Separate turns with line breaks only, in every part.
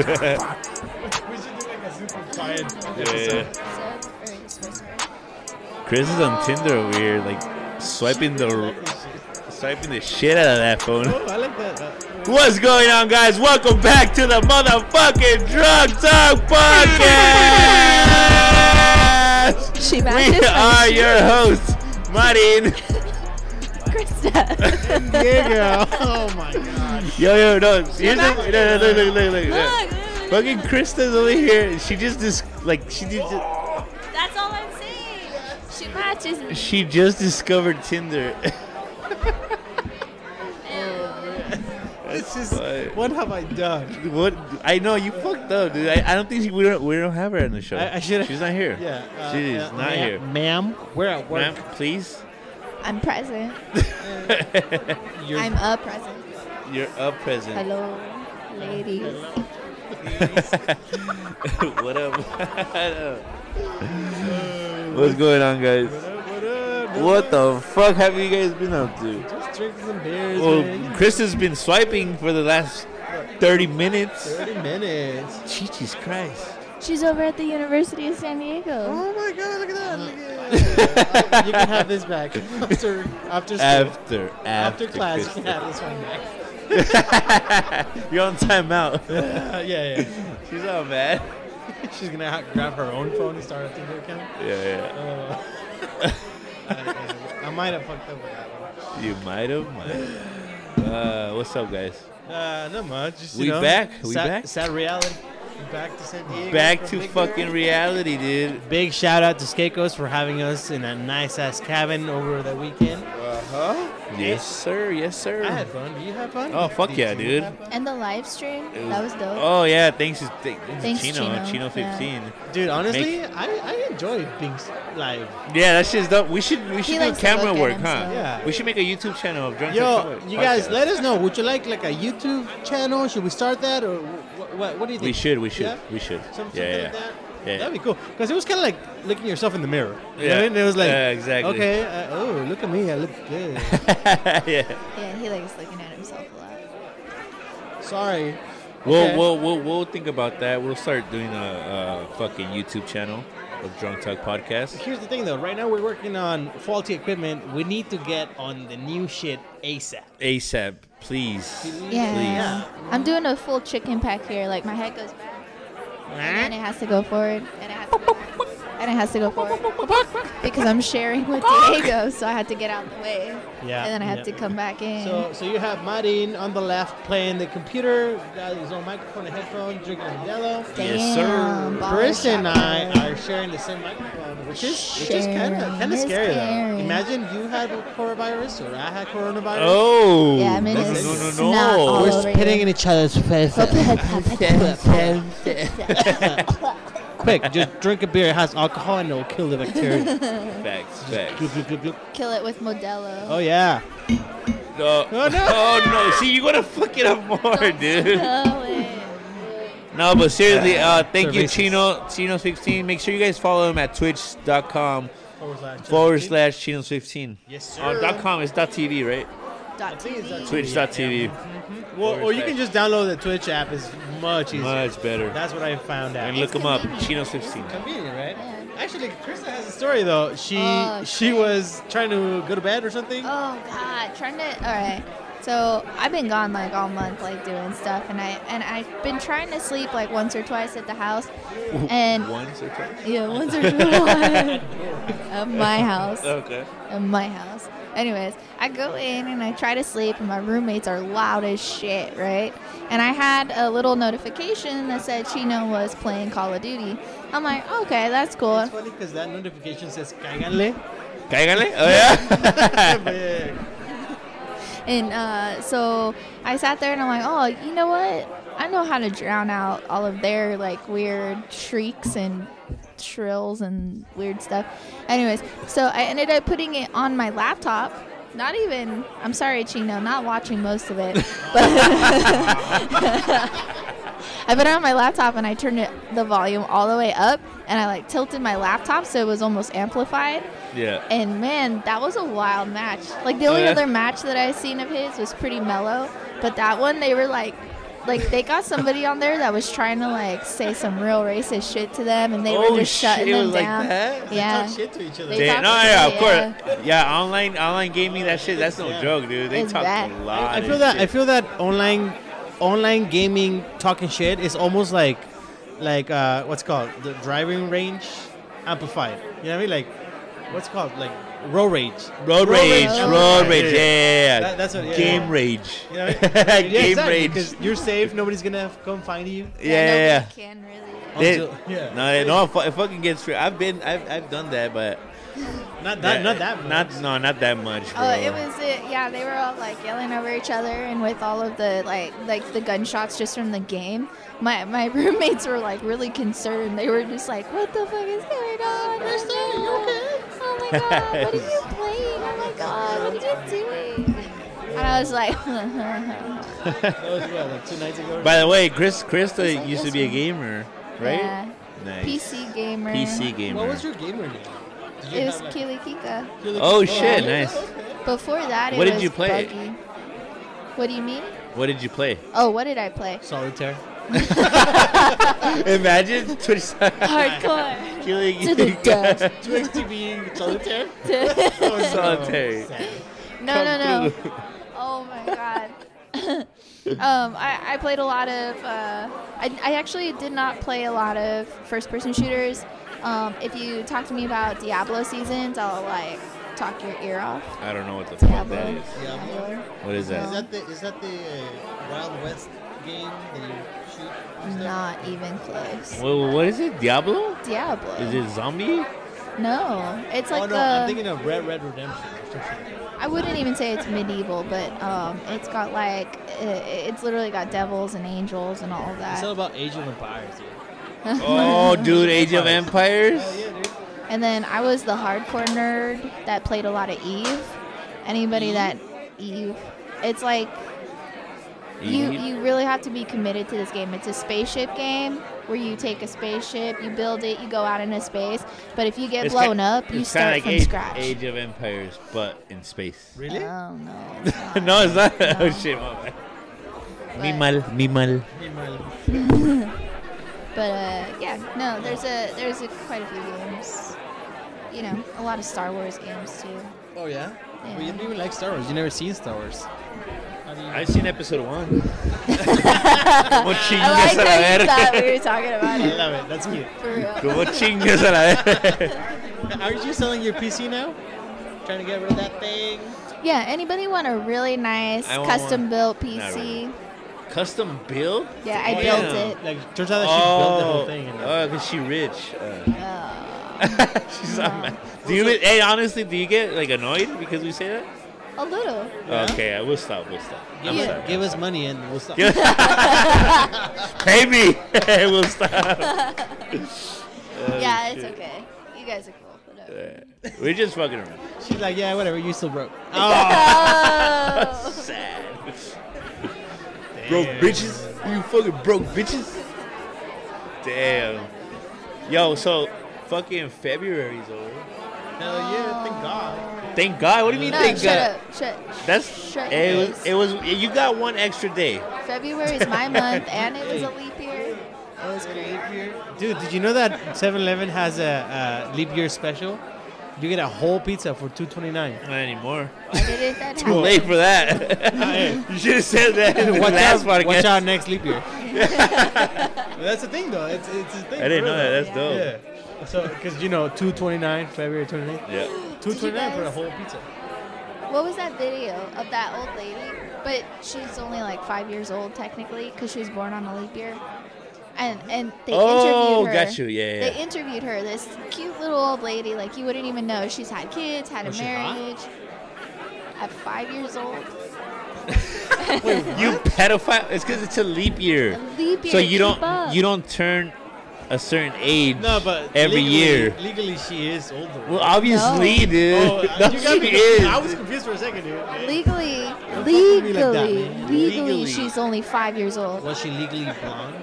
We should do like a super quiet
Yeah.
Or
Chris is on Tinder over here, like swiping the swiping the shit out of that phone.
Oh, I like that. Uh,
What's going on, guys? Welcome back to the motherfucking Drug Talk Podcast.
she
We
matches my
are your hosts, Martin.
Krista.
yeah, girl. Oh my god.
Yo, yo, no, seriously, no, no, look, look, look, look, look.
Look,
Fucking Krista's over here. She just dis- like she did.
that's all I'm saying. She matches me.
She just discovered Tinder.
This is
Why?
what have I done?
What I know you fucked up, dude. I, I don't think she, we don't we don't have her on the show.
I- I should've-
She's not here.
Yeah. uh,
she is
uh,
not
ma'am,
here.
Ma'am, we're at work.
Ma'am, please.
I'm present.
You're,
I'm a present.
You're up present.
Hello, ladies.
what up? What's going on, guys?
What up, what up?
What the fuck have you guys been up to?
Just drinking some beers,
Well,
man.
Chris has been swiping for the last 30 minutes.
30 minutes.
Jesus Christ.
She's over at the University of San Diego.
Oh my god, look at that. Look at that. you can have this back after after school.
After, after,
after class, you
Chris.
can have this one back.
You're on timeout.
Uh, yeah, yeah.
She's all mad.
She's gonna ha- grab her own phone and start a Tinder account.
Yeah, yeah.
Uh, I might have fucked up with that one.
You might have. Might have. Uh, what's up, guys?
Uh, not much. Just,
We
you know,
back, we
sad,
back.
Sad reality. We back to San Diego.
Back
from
to
Big
fucking
Bear.
reality, dude.
Big shout out to Skakos for having us in that nice ass cabin over the weekend.
Yes, sir. Yes, sir.
I had fun. Do you have fun?
Oh, fuck
Did
yeah,
you
dude.
have fun?
And the live stream,
It
that was dope.
Oh yeah, thanks, to- th-
Thanks,
Chino, Chino,
Chino. Yeah.
15. Yeah.
Dude, honestly, I, I enjoy being s- live.
that shit's dope. We should we should do
likes to
camera
look at
work, huh?
himself.
Yeah.
We should make a YouTube channel of drunk.
Yo,
Drunk
you guys,
Podcast.
let us know. Would you like like a YouTube channel? Should we start that, or what? What, what do you think?
We should, we should,
Yeah?
we should.
Some, something
yeah, yeah.
like that.
Yeah.
That'd be cool. Cause it was kind of like looking yourself in the mirror. You know what I
Yeah.
mean? It was like,
Yeah, exactly.
Okay, uh, oh look at me, I look good.
yeah.
Yeah, he likes looking at himself a lot.
Sorry.
We'll,
Okay.
we'll we'll we'll think about that. We'll start doing a, a fucking YouTube channel of Drunk Talk Podcast.
Here's the thing, though. Right now we're working on faulty equipment. We need to get on the new shit ASAP.
ASAP, please.
Yeah. I'm doing a full chicken pack here. Like, my head goes back. And it has to go forward. And it has to go, and it has to go forward. Because I'm sharing with Diego, so I had to get out of the way.
Yeah,
And then I had
yeah.
to come back in.
So, so you have Marin on the left playing the computer, got his own microphone and headphones, drinking Modelo.
Yes, sir.
Damn, baller
Chris and
shocker.
I are sharing the same microphone, which is which is kind of
Sharing
kind of
is
scary though.
caring.
Imagine you had coronavirus or I had coronavirus.
Oh.
Yeah, I mean,
no,
it's
no, no,
not all
no,
We're
no.
over. spitting in
each other's face. Quick, just drink a beer. It has alcohol and it'll kill the bacteria.
Facts, facts.
Glup, glup, glup, glup.
Kill it with Modelo.
oh yeah.
No.
Oh, no.
Oh, no. See, you're gonna fuck it up more, dude.
Kill it.
No, but seriously, uh, thank you,
Services.
Chino, Chino15. Make sure you guys follow him at twitch.com
Forward slash.
forward slash Chino15.
Yes, sir.
On dot com, it's dot TV, right?
Dot
think it's
TV.
dot
Twitch.tv.
Well, or you can just download the Twitch app. It's much easier.
Much better.
That's what I found out.
And look him up,
convenient.
Chino15.
Convenient, right?
Yeah.
Actually, Krista has a story though. She
Oh,
she was trying to go to bed or something.
Oh God, trying to. All right. So I've been gone like all month, like doing stuff, and I and I've been trying to sleep like once or twice at the house, and
Once or twice?
yeah, once or twice at my
Oh,
house.
Okay.
in my house. Anyways, I go in and I try to sleep, and my roommates are loud as shit, right? And I had a little notification that said Chino was playing Call of Duty. I'm like, okay, that's cool.
It's funny because that notification says "cáiganle."
Cáiganle. Oh, yeah.
And uh, so I sat there and I'm like, oh, you know what? I know how to drown out all of their like weird shrieks and shrills and weird stuff. Anyways, so I ended up putting it on my laptop. Not even, I'm sorry, Chino, not watching most of it. But I put it on my laptop and I turned it, the volume all the way up and I like tilted my laptop so it was almost amplified.
yeah.
And man, that was a wild match. Like the only
Yeah.
other match that I seen of his was pretty mellow, but that one they were like like they got somebody on there that was trying to like say some real racist shit to them, and they
Oh,
were just
shit,
shutting
it
them
was like
down.
that? They
Yeah,
Talk shit to each other.
They
Damn,
talk
no,
to
yeah,
me,
of course. Yeah. online online gaming, that shit, that's no
Yeah.
joke, dude. They
It's
talk
bad.
a lot.
I feel
of
that I
shit.
feel that online online gaming talking shit is almost like like uh, what's called the driving range amplified. You know what I mean? Like what's called like road rage.
road rage,
rage.
road rage, yeah.
That- that's what- yeah.
Game rage.
You know what I mean?
Game
Yeah, exactly,
rage.
'cause You're safe. Nobody's gonna come find you.
yeah, yeah. yeah.
nobody Can really.
They-
Until- yeah.
No, they- no, it fu- it fucking gets free. I've been, I've, I've done that, but
Not that. Not that.
Not
much.
no, not that much. Bro.
Oh, it was it. Yeah, they were all like yelling over each other, and with all of the like like the gunshots just from the game, my my roommates were like really concerned. They were just like, "What the fuck is going on? Kristen, you okay? Oh my god, what are you playing? Oh my god, what are you doing?" And I was like,
That was what, like two nights ago.
By the way, Chris Krista
It's like
used to
this
be a
one.
gamer, right?
Yeah.
Nice.
"PC gamer."
PC gamer.
what was your gamer name? Did you
It
have,
was
like-
Kilikika.
you're like-
Oh, shit,
okay.
nice.
Before that, it
What did
was
you play?
Buggy. What do you mean?
what did you play?
Oh, what did I play?
Solitaire.
Imagine Twitch
Hardcore.
killing
To the death.
Twix TV solitaire. Oh, no.
Solitaire.
Sad.
No, no, no. Oh my god. um, I, I played a lot of. Uh, I, I actually did not play a lot of first-person shooters. Um, if you talk to me about Diablo seasons, I'll like talk your ear off.
I don't know what the fuck that
Diablo.
is.
Diablo?
What is
Is
that?
that the is that the uh, Wild West game that you shoot? and stuff?
Not even close.
Well, what is it? Diablo?
Diablo.
Is it zombie?
No, it's like
oh no,
the.
I'm thinking of Red Red Redemption. or some shit.
I wouldn't even say it's medieval, but um, it's got like i it's literally got devils and angels and all of
It's all
that.
about Age of Empires, dude.
Oh, dude, Age of Empires.
Oh yeah, dude.
And then I was the hardcore nerd that played a lot of Eve. Anybody that Eve, it's like you
Eve.
you really have to be committed to this game. It's a spaceship game where you take a spaceship, you build it, you go out into space. But if you get
It's
blown
ki-
up, you
it's kinda
start
like
from
Age,
scratch.
Age of Empires, but in space.
Really?
Oh no, it's not.
no, it's not.
No.
oh shit, my bad.
But-
Mimal, mimal.
Hey, man.
But uh, yeah, no, there's a there's a, quite a few games. You know, a lot of Star Wars games too.
Oh yeah.
Yeah.
But you don't even like Star Wars. You never seen Star Wars. How do you?
I've seen episode one. Como
I
chingas
like
a la
how you thought
verga.
we were talking about
I
it.
love it. That's cute.
For real.
Como chingas a la verga.
Aren't you selling your PC now? Trying to get rid of that thing.
Yeah, anybody want a really nice
I want one.
custom built
Not
PC?
really. Custom build?
Yeah, I
Oh,
built
yeah.
it.
Like turns out that she built the
Oh,
whole thing. And,
oh, cause she rich. Uh,
Uh,
she's not mad. Do you? Hey, honestly, do you get like annoyed because we say that?
a little.
Okay, I will stop. We'll stop. I'm
give,
sorry.
give us money and we'll stop.
Give- Pay me. we'll stop.
yeah, it's okay. You guys are cool. Whatever.
We're just fucking around.
She's like, yeah, whatever. You still broke. Oh,
Oh.
Sad. broke bitches. You fucking broke bitches. Damn. Yo, so fucking February's over.
hell yeah! Thank God.
Thank God. What do you mean,
No,
thank
shut
God?
up. Shut.
That's
shut.
it
your
was,
face.
it was. You got one extra day.
February is my month, and it was a leap year. It
Oh,
was great.
Dude, did you know that 7-Eleven has a uh, leap year special? You get a whole pizza for two twenty nine.
Not anymore.
Why didn't that
Too
happen?
late for that. you should have said that in the
Watch out!
last podcast.
Watch out next leap year. That's the thing, though. It's it's a thing.
I didn't
for
know
real.
that. That's dope.
Yeah. So, because you know, two twenty nine, February twenty ninth.
Yeah.
Two twenty nine for the
guys-
whole pizza.
What was that video of that old lady? But she's only like five years old technically, because she was born on a leap year. And and they
Oh,
interviewed her.
got you. Yeah, yeah,
They
yeah.
interviewed her. This cute little old lady, like you wouldn't even know. She's had kids, had
Was
a
she hot?
marriage. At five years old,
You pedophile. It's because it's a leap
a
year.
leap year.
So you
keep
don't
up.
you don't turn a certain age.
No, but
every
legally,
year.
legally she is older.
Well, obviously, dude.
oh,
No,
you got
she
me.
is.
I was confused for a second, dude.
legally,
with me
legally,
like that, man.
legally,
Legally.
she's only five years old.
Was she legally blonde?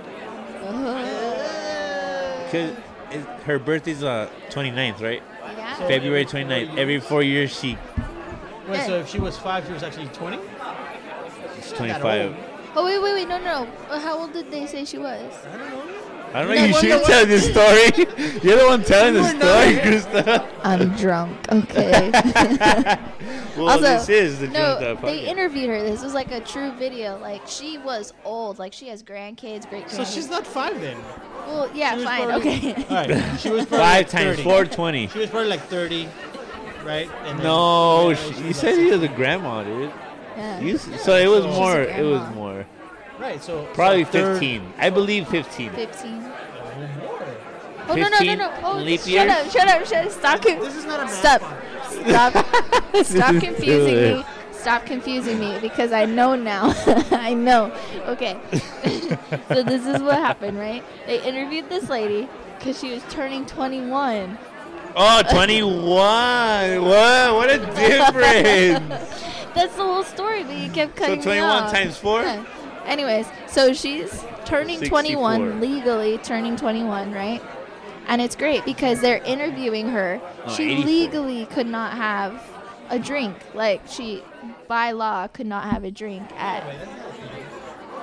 Cause it- her birthday's uh 29th, right?
Yeah.
February 29th. Every four years, she
Wait,
Yeah.
so if she was five, she was actually twenty.
she's
not that
25.
old.
Oh wait, wait, wait! No, no. Uh, How old did they say she was?
I don't know.
I don't know.
No
you
wonder
should
why-
tell this story. You're the one telling the
We're not
story,
here.
Krista.
I'm drunk. Okay.
Well,
Also,
this is the Drunk
no,
Dial
they
Podcast.
interviewed her. This was like a true video. Like she was old. Like she has grandkids, great grandkids.
So she's not five then.
Well, yeah,
She was
fine,
probably-
okay.
All right. She was probably
Five
like
times
30.
four twenty.
She was probably like 30, right? And then-
No,
yeah,
she,
was
you
like
said you was a grandma, dude.
Yeah.
You, s- so it was
She's a
more. It was
grandma.
more.
Right, so
Probably
so third-
fifteen. I believe fifteen.
Fifteen.
More.
Oh no no no
15
no! Oh,
leap
shut
years?
up! Shut up! Shut up! Stop! con-
This is not a math
Stop! Stop! Stop
is
confusing
good.
me! Stop confusing me because I know now. I know. Okay. so this is what happened, right? They interviewed this lady because she was turning 21.
Oh, 21. Whoa, what a difference.
That's the whole story, but you kept
so
cutting
21
me off.
times 4?
Yeah. Anyways, so she's turning
64.
21 legally, turning 21, right? And it's great because they're interviewing her.
No,
she
84.
legally could not have a drink. Like she by law could not have a drink at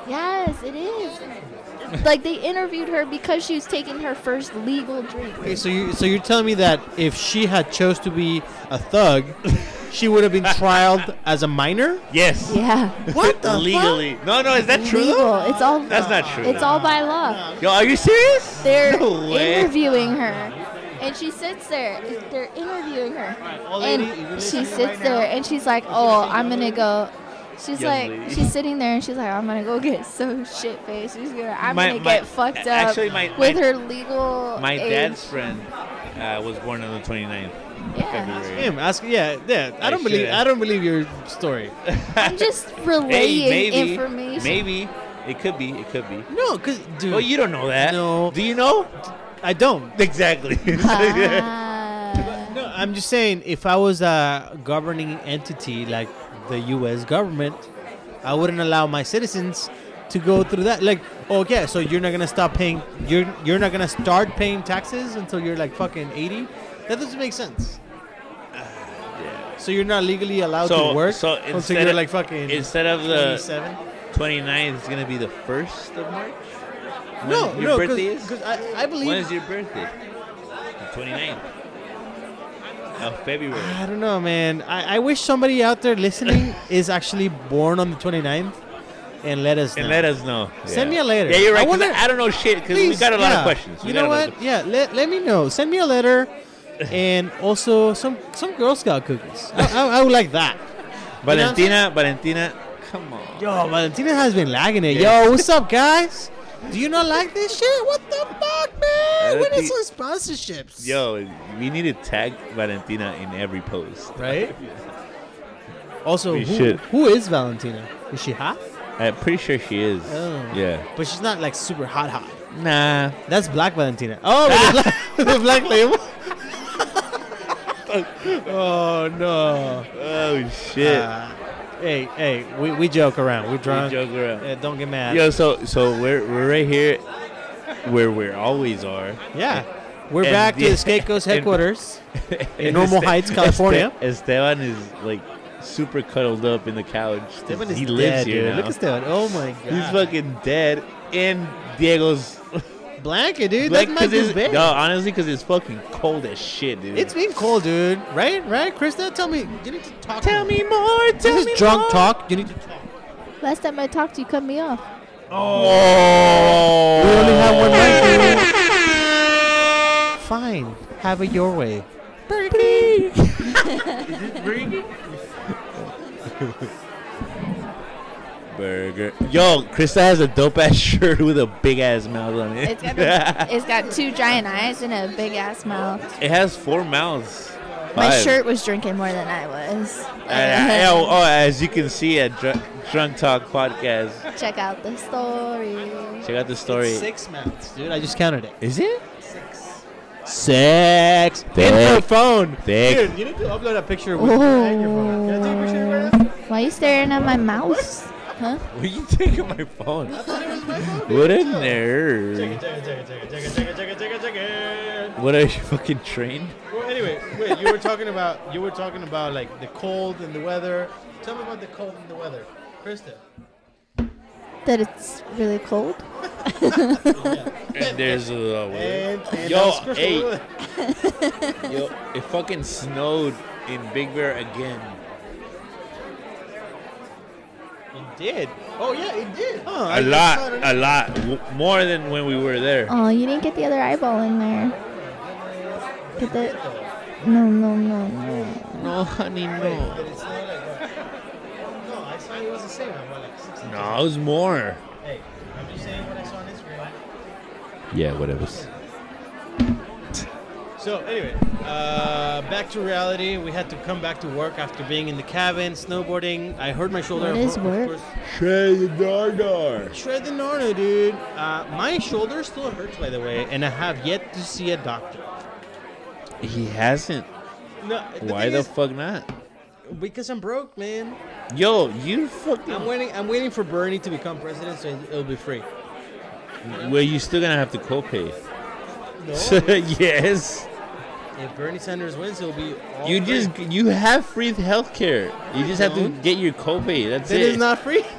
Yes, it is. like they interviewed her because she was taking her first legal drink.
Okay, so you so you're telling me that if she had chose to be a thug, she would have been trialed as a minor?
Yes.
Yeah.
What the fuck?
Legally. No, no, is that true? though?
Legal. It's all
That's not true.
It's all by law.
Yo, are you serious?
They're
no way.
interviewing her, and she sits there. They're interviewing her,
Oh,
Old lady, you
and
really
she
sitting
sits
right
there,
now?
and she's like, "Oh, I'm gonna go." She's
Young
like,
lady.
she's sitting there, and she's like, "I'm gonna go get so shit faced. She's gonna, I'm
My-
gonna
my-
get fucked up
actually, my-
with
my-
her legal
My
age.
dad's friend uh, was born on the 29th. of
Yeah.
February.
Him, ask yeah, yeah. I
I
don't believe
should.
I don't believe your story.
I'm just relaying
Hey, maybe.
information.
Maybe. It could be. It could be.
No, cause dude,
Oh, you don't know that.
No.
Do you know?
I don't.
Exactly.
Ah.
No, I'm just saying if I was a governing entity like the U.S. government, I wouldn't allow my citizens to go through that. Like, okay, so you're not gonna stop paying. You're you're not gonna start paying taxes until you're like fucking 80. That doesn't make sense. So you're not legally allowed
so,
to Oh, work
so
until
instead
you're
of,
like fucking
instead of the
27.
29th, it's gonna be the first of March. When
No,
your
no,
birthday is.
because I, I believe
When is your birthday? The 29th of February.
I don't know, man. I, I wish somebody out there listening is actually born on the 29th and let us
And
know.
let us know.
Send
Yeah.
me a letter.
Yeah, you're right.
I
'cause
wonder-
I don't know shit because we
Please,
got a lot
yeah.
of questions. We
you
got
know
a lot
what?
of-
Yeah, let, let me know. Send me a letter and also some some Girl Scout cookies. I, I, I would like that.
Valentina, Valentina, come on.
Yo, Valentina has been lagging it.
Yeah.
Yo, what's up, guys? Do you not like this shit? What the fuck, man? We need
Valenti-
some sponsorships.
Yo, we need to tag Valentina in every post.
Right? Also,
We
who,
should.
who is Valentina? Is she hot?
I'm pretty sure she is.
Oh.
Yeah.
But she's not like super hot hot.
Nah.
That's Black Valentina. Oh, with the black, with the black label. oh no.
Oh shit.
Uh, hey, hey, we, we joke around. We drunk.
joke around.
Yeah, don't get mad.
Yo, so so we're we're right here, where we always are.
Yeah. We're
And
back to
the-
the Skate Coast
and-
headquarters.
In
Normal Heights, California.
Esteban is like super cuddled up in the couch. 'cause
Esteban
he
is
lives
dead,
here
dude.
now.
Look at Esteban. Oh my god.
He's fucking dead in Diego's.
blanket, dude.
Like,
That's my
'cause it's-
bed.
no, honestly, because it's fucking cold as shit, dude.
It's been cold, dude. Right? Right, Krista? Tell me. You need to talk.
tell me more. Tell
This
me
is drunk
more.
talk. You need to talk.
Last time I talked, to you cut me off.
Oh,
We only have one mic. dude. Fine. Have it your way.
Burger. Yo, Krista has a dope ass shirt with a big ass mouth on it.
It's got a, it's got two giant eyes and a big ass mouth.
it has four mouths.
My
Five.
shirt was drinking more than I was.
And I- oh, oh, as you can see at Drunk, Drunk Talk Podcast,
Check out the story.
check out the story.
Six months, dude. I just counted it.
Is it?
Six.
Thick.
In the phone.
Thick.
Dude, you need to upload a picture
Oh.
with and your phone. Can I take a picture right now?
Why you staring at my mouse? Huh?
What are you taking my phone? what a nerd.
Check it, check it, check it, check it, check it, check it, check it, check it.
What are you fucking trained?
Well, anyway, wait. You were talking about you were talking about like the cold and the weather. Tell me about the cold and the weather, Krista.
that it's really cold.
And there's a
And, and
Yo,
that was-
hey. Yo, it fucking snowed in Big Bear again.
It did. Oh yeah, it did. Huh, I
A
just
lot,
thought it-
a lot, W- more than when we were there.
Oh, you didn't get the other eyeball in there. Get the. No, no, no, no.
No, honey, no.
But it's not like No, I saw it was the same. I'm like six inches.
No, it was more.
Hey, I'm just saying what I saw on Instagram.
Yeah, whatever.
So anyway, uh, back to reality. We had to come back to work after being in the cabin, snowboarding. I hurt my shoulder.
What
of
is
cour-
work?
Of course.
Shay the Dardar.
Shred the Narno, dude. Uh, my shoulder still hurts, by the way, and I have yet to see a doctor.
He hasn't.
No,
Why
thing
the
is,
fuck not?
because I'm broke, man.
Yo, you fucking.
I'm waiting. I'm waiting for Bernie to become president, so it'll be free.
Well, you still gonna have to copay.
No,
yes.
if Bernie Sanders wins, it'll be. All
You
free.
just you have free healthcare. You just have to
don't.
get your copay. That's
That
it.
is not free.
It's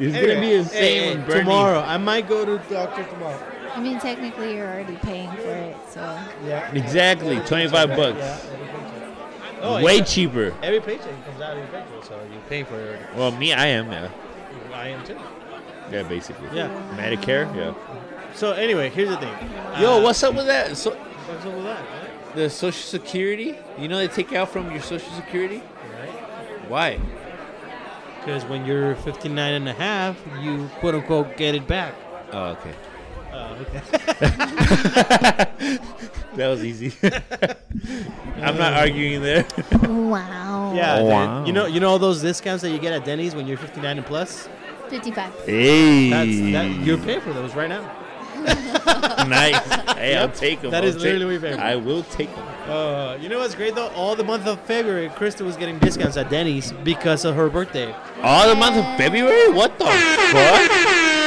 Anyway,
gonna be insane
anyway,
when Bernie.
tomorrow. I might go to doctor tomorrow.
I mean, technically, you're already paying for it, so.
Yeah.
Exactly, 25 bucks.
Oh,
Way
yeah.
cheaper.
Every paycheck comes out of your paycheck, so you pay for it.
Well, me, I am. Yeah,
I am too.
yeah, basically.
Yeah.
Medicare. Yeah.
So anyway, here's the thing.
Yo,
Uh,
what's up with that? So
what's up with that? Right?
the Social Security. You know they take out from your Social Security. Why?
Because when you're 59 and a half, you quote unquote get it back.
Oh, okay.
Uh, okay.
That was easy. I'm not arguing there.
Wow.
Yeah. dude.
Oh, Wow.
You know, you know all those discounts that you get at Denny's when you're 59 and plus.
55.
Hey,
That's that, you're paying for those right now.
nice. Hey, I'll take them.
That is literally what you pay for.
I will take them.
Uh, you know what's great though? All the month of February, Krista was getting discounts at Denny's because of her birthday.
All the month of February? What the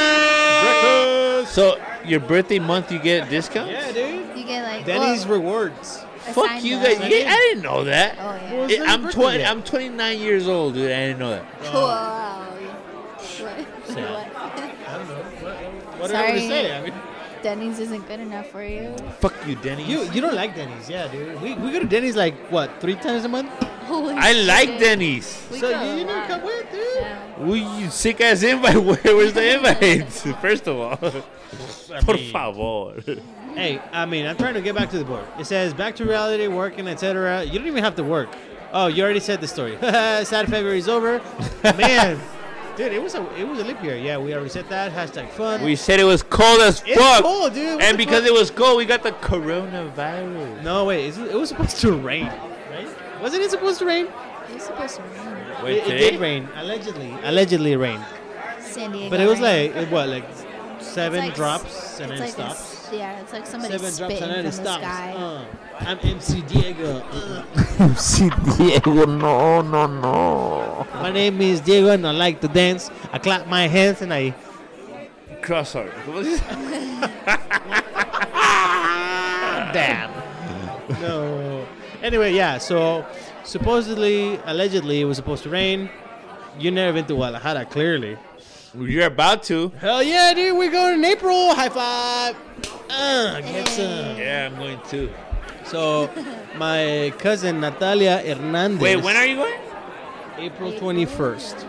fuck? So your birthday month, you get discounts?
Yeah, dude.
You get like.
Denny's
well,
rewards.
Fuck
assigned
you guys!
that.
You, I didn't know that.
Oh, yeah.
Well,
It-
it's not
I'm
your
twenty.
birthday yet.
I'm 29 years old, dude. I didn't know that.
Wow. What?
I don't know. What, what
did I already Sorry.
say?
say?
I mean,
what? Denny's isn't good enough for you.
Fuck you, Denny.
you you don't like Denny's, yeah, dude. We, we go to Denny's like what three times a month.
Holy
I like
shit.
Denny's.
We
so
go
you,
a
you didn't
lot.
come with, dude.
Yeah.
Well, you sick ass invite. Where, where's the invite? First of all,
I
por
mean-
favor.
Hey, I mean, I'm trying to get back to the board. It says back to reality, working, etc. You don't even have to work. Oh, you already said the story. Sad February is over, man. Dude, it was a it was a leap year. Yeah, we already said that. Hashtag fun.
We said it was cold as
it's
fuck,
cold, dude. What
and
the
because
fuck?
it was cold, we got the coronavirus.
no wait, it's- it was supposed to rain, right? Wasn't it supposed to rain?
It's supposed to rain.
Wait,
it, it
today?
did rain, allegedly. Allegedly rain.
San Diego.
But it was
rain.
like it, what, like seven
It's like
drops and
it's
then
like a
stops.
s- yeah, it's like somebody
Seven
spitting
drops and
from
then
the
it stops.
sky.
Uh, I'm MC Diego. Uh,
See, Diego, no, no, no.
my name is Diego, and I like to dance. I clap my hands and I.
Crossheart. What was it?
Damn. no. Anyway, yeah. So supposedly, allegedly, it was supposed to rain. You never been to Guadalajara, clearly.
You're about to.
Hell yeah, dude. We're going in April. High five. Uh, get some.
Yeah, I'm going to.
So, my cousin Natalia Hernandez.
Wait, when are you going?
April 21st,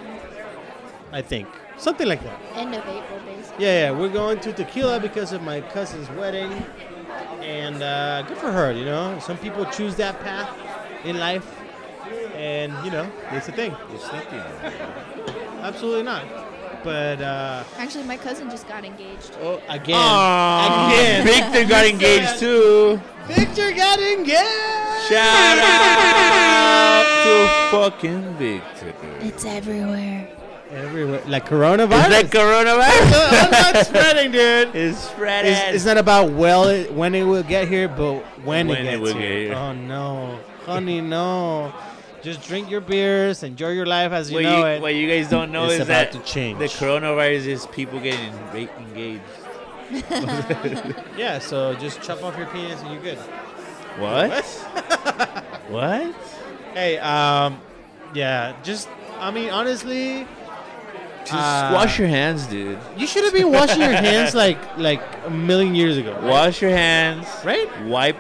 I think. Something like that.
End of April, basically.
Yeah, yeah. We're going to Tequila because of my cousin's wedding. And uh, good for her, you know? Some people choose that path in life. And, you know, it's a thing.
You're sleeping.
Absolutely not. But, uh,
Actually, my cousin just got engaged.
oh, again.
Again.
Again.
Victor got engaged too.
Victor got engaged!
Shout out to fucking Victor.
It's everywhere.
Everywhere. Like
Is
coronavirus.
that coronavirus?
Uh, I'm not spreading, dude.
it's spreading.
It's, it's not about well it, when it will get here, but when,
When
it
it
gets
will
here.
get here.
Oh no, honey, no. Just drink your beers, enjoy your life as you
what,
know
you,
it.
what you guys don't know
It's
is
about
that
to change.
the coronavirus is people getting ra- engaged.
Yeah, so just chop off your penis and you're good.
What? what?
Hey, um, yeah, just I mean honestly,
Just
Uh,
wash your hands, dude.
You should have been washing your hands like like a million years ago. right?
Wash your hands.
Right?
Wipe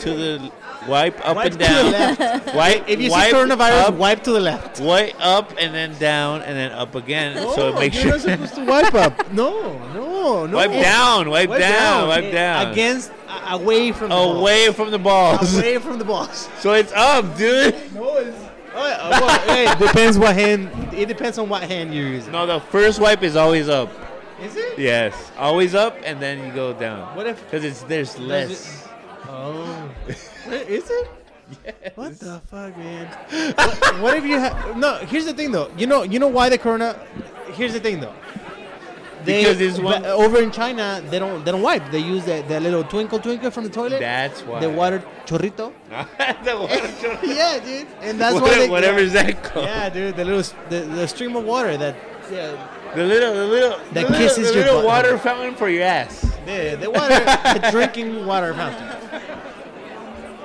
to the wipe up
Wipe
and
to the
down.
left.
Wipe.
If you
wipe
see coronavirus,
up,
wipe to the left.
wipe up and then down and then up again. so
No,
make
you're
sure
not supposed to wipe up. No, no, no.
wipe down, wipe,
Wipe
down, wipe
Eh,
down.
Against, a- away from the balls.
away from the balls.
away from the balls.
so it's up, dude.
No, it's. Oh, yeah, well, hey, it depends what hand. It depends on what hand you're using.
No, the first wipe is always up.
Is it?
Yes, always up, and then you go down.
What if?
Because it's there's less.
Oh, Wait, is it? What the fuck, man? what, what if you have? No, here's the thing though. You know, you know why the corona? Here's the thing though.
Because it's
but
one-
over in China, they don't they don't wipe. They use that, that little twinkle twinkle from the toilet.
That's why.
The water chorrito.
The water-
yeah, dude. And that's
What-
why they,
whatever's that called.
Yeah, dude. The little s- the, the stream of water that. Yeah,
The little, the little, the
That
little-
kisses
the
your
little
butt.
water fountain for your ass.
the, the water, the drinking water fountain.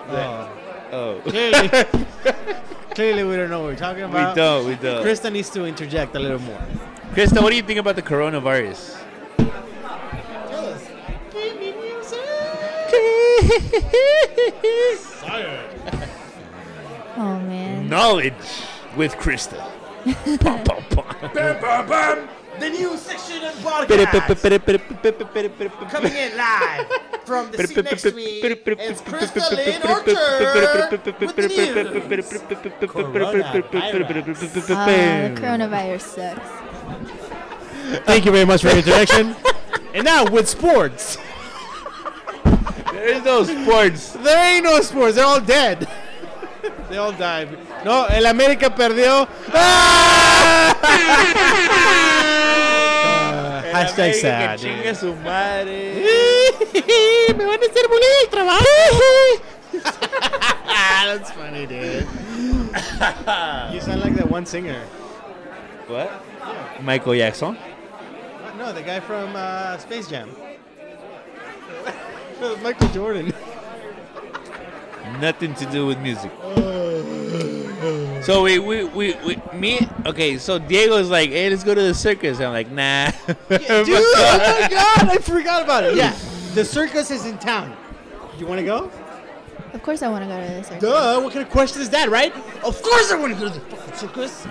Oh,
Oh, we
clearly, clearly, we don't know what we're talking about.
don't, we don't.
Krista needs to interject a little more.
Krista, what do you think about the coronavirus?
Oh man.
Knowledge with Krista. Pum, pum, pum.
The new section of
Coming
in live from the
Uh, the coronavirus sucks.
Thank you very much for your introduction. and now with sports.
There's no sports.
There ain't no sports. They're all dead. they all died. No, el América perdió. Ah! Hashtag
América
sad.
que chinga su madre.
Me van a hacer bullying el trabajo.
Ah,
That's funny, dude. you sound like that one singer.
What? Michael Jackson?
No, the guy from uh, Space Jam. Michael Jordan.
Nothing to do with music. So we, we, we, we me okay, so Diego's like, hey, let's go to the circus. I'm like, nah.
Dude, oh my god, I forgot about it. Yeah, the circus is in town. You want to go?
Of course, I want to go to the circus.
Duh, what kind of question is that, right? Of course I want to go to the fucking circus.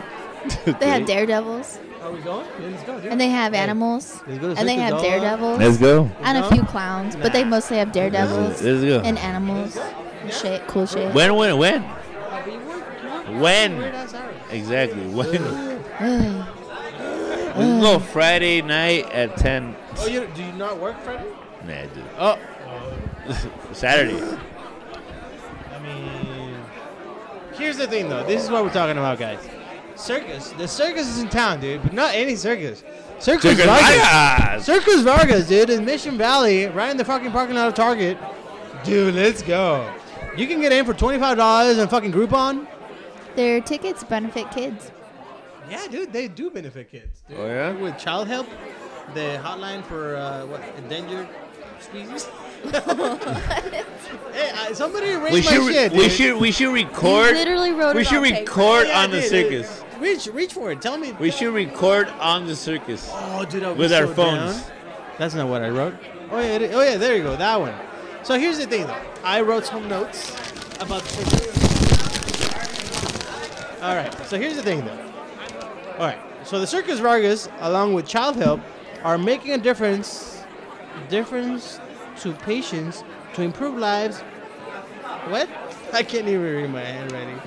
They have daredevils,
Are we going? Yeah, let's go, dude.
and they have
Hey,
animals,
let's go to
and they
circus,
have
dog.
daredevils,
Let's go.
and a
No?
few clowns, but they
Nah.
mostly have daredevils
Let's go.
and animals, and shit, cool shit.
When, when, when?
Uh, but you work- you work
When?
weird ass hours.
Exactly. When?
Ugh.
we can go Friday night at 10.
Oh, you, do you not work Friday?
Nah, dude. Oh. Saturday.
I mean, here's the thing though. This is what we're talking about, guys. Circus. The circus is in town, dude, but not any circus. Circus,
Circus
Vargas.
Vargas.
Circus Vargas, dude, in Mission Valley, right in the fucking parking lot of Target. Dude, let's go. You can get in for twenty five dollars and fucking Groupon.
Their tickets benefit kids.
Yeah, dude, they do benefit kids. Dude.
Oh, yeah?
With child help, the hotline for uh, what endangered species. hey, I, somebody raised my
We should,
shit.
we
dude.
should we should record
literally wrote
we
it
should
on paper.
record
Oh, Yeah,
on the
dude,
circus
dude. Reach, reach for it. Tell me.
we
tell-
should record on the circus
Oh, dude, I was
with
so
our phones
down. That's not what I wrote. Oh yeah, it- oh yeah, there you go, that one. So here's the thing, though. I wrote some notes about. The All right. So here's the thing, though. All right. So the Circus Vargas, along with Child Help, are making a difference, difference to patients to improve lives. What? I can't even read my handwriting.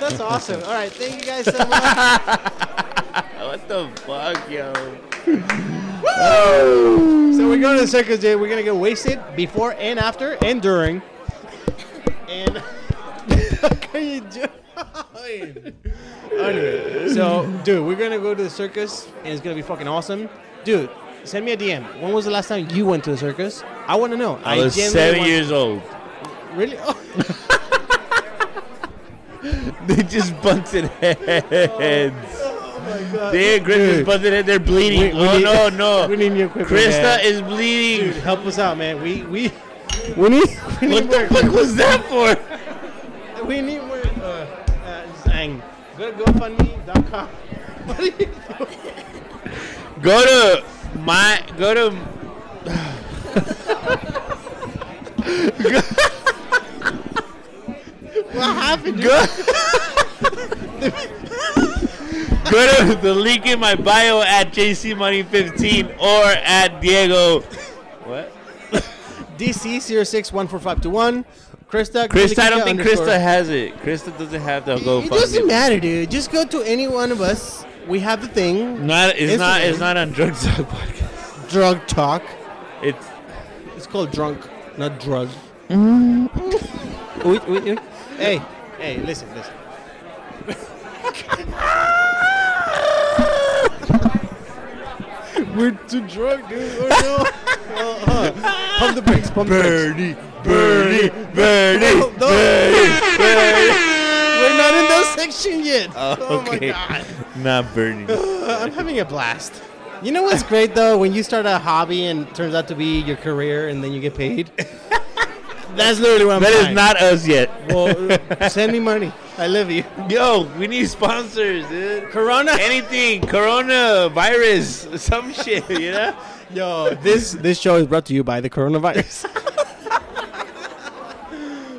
That's awesome. All right. Thank you guys so much.
What the fuck, yo?
So we go to the circus day. We're gonna get wasted before and after and during. And what are you doing? Anyway, so, dude, we're gonna go to the circus, and it's gonna be fucking awesome, dude. Send me a DM. When was the last time you went to the circus? I want to know.
I was
genuinely
seven
want-
years old.
Really? Oh,
They just bunted heads.
Oh my god.
They Chris
Dude.
just bunted heads. They're bleeding.
We- we
oh
need-
no, no.
We need new equipment.
Krista
man.
is bleeding.
dude, help us out, man. We we we need we need
What
more
the fuck was that for?
We need more. Uh, uh, Zang. Go to GoFundMe.com.
Go to my go to
What happened?
go. Go to the link in my bio at JCMoney15 or at Diego. What?
DC 061452 Krista.
Krista, I don't think
underscore.
Krista has it. Krista doesn't have the GoFundMe.
It doesn't matter, dude. Just go to any one of us. We have the thing.
Not it's not
Instagram.
it's not on drugs podcast.
Drug talk.
It's
It's called drunk, not drug.
Mm-hmm.
Wait, wait, wait. Hey, hey, listen, listen. We're too drunk, dude. Oh, no. Oh, huh. Pump the brakes, pump the brakes.
Bernie, Bernie, Bernie,
No, no.
Bernie, Bernie.
We're not in that section yet.
Oh, okay.
my god.
Not Bernie.
Uh, I'm having a blast. You know what's great though? When you start a hobby and it turns out to be your career and then you get paid. That's literally what I'm
That is
trying.
not us yet.
Well, send me money. I love you.
Yo, we need sponsors, dude.
Corona.
Anything, Corona virus, some shit, you know.
Yo, this this show is brought to you by the coronavirus.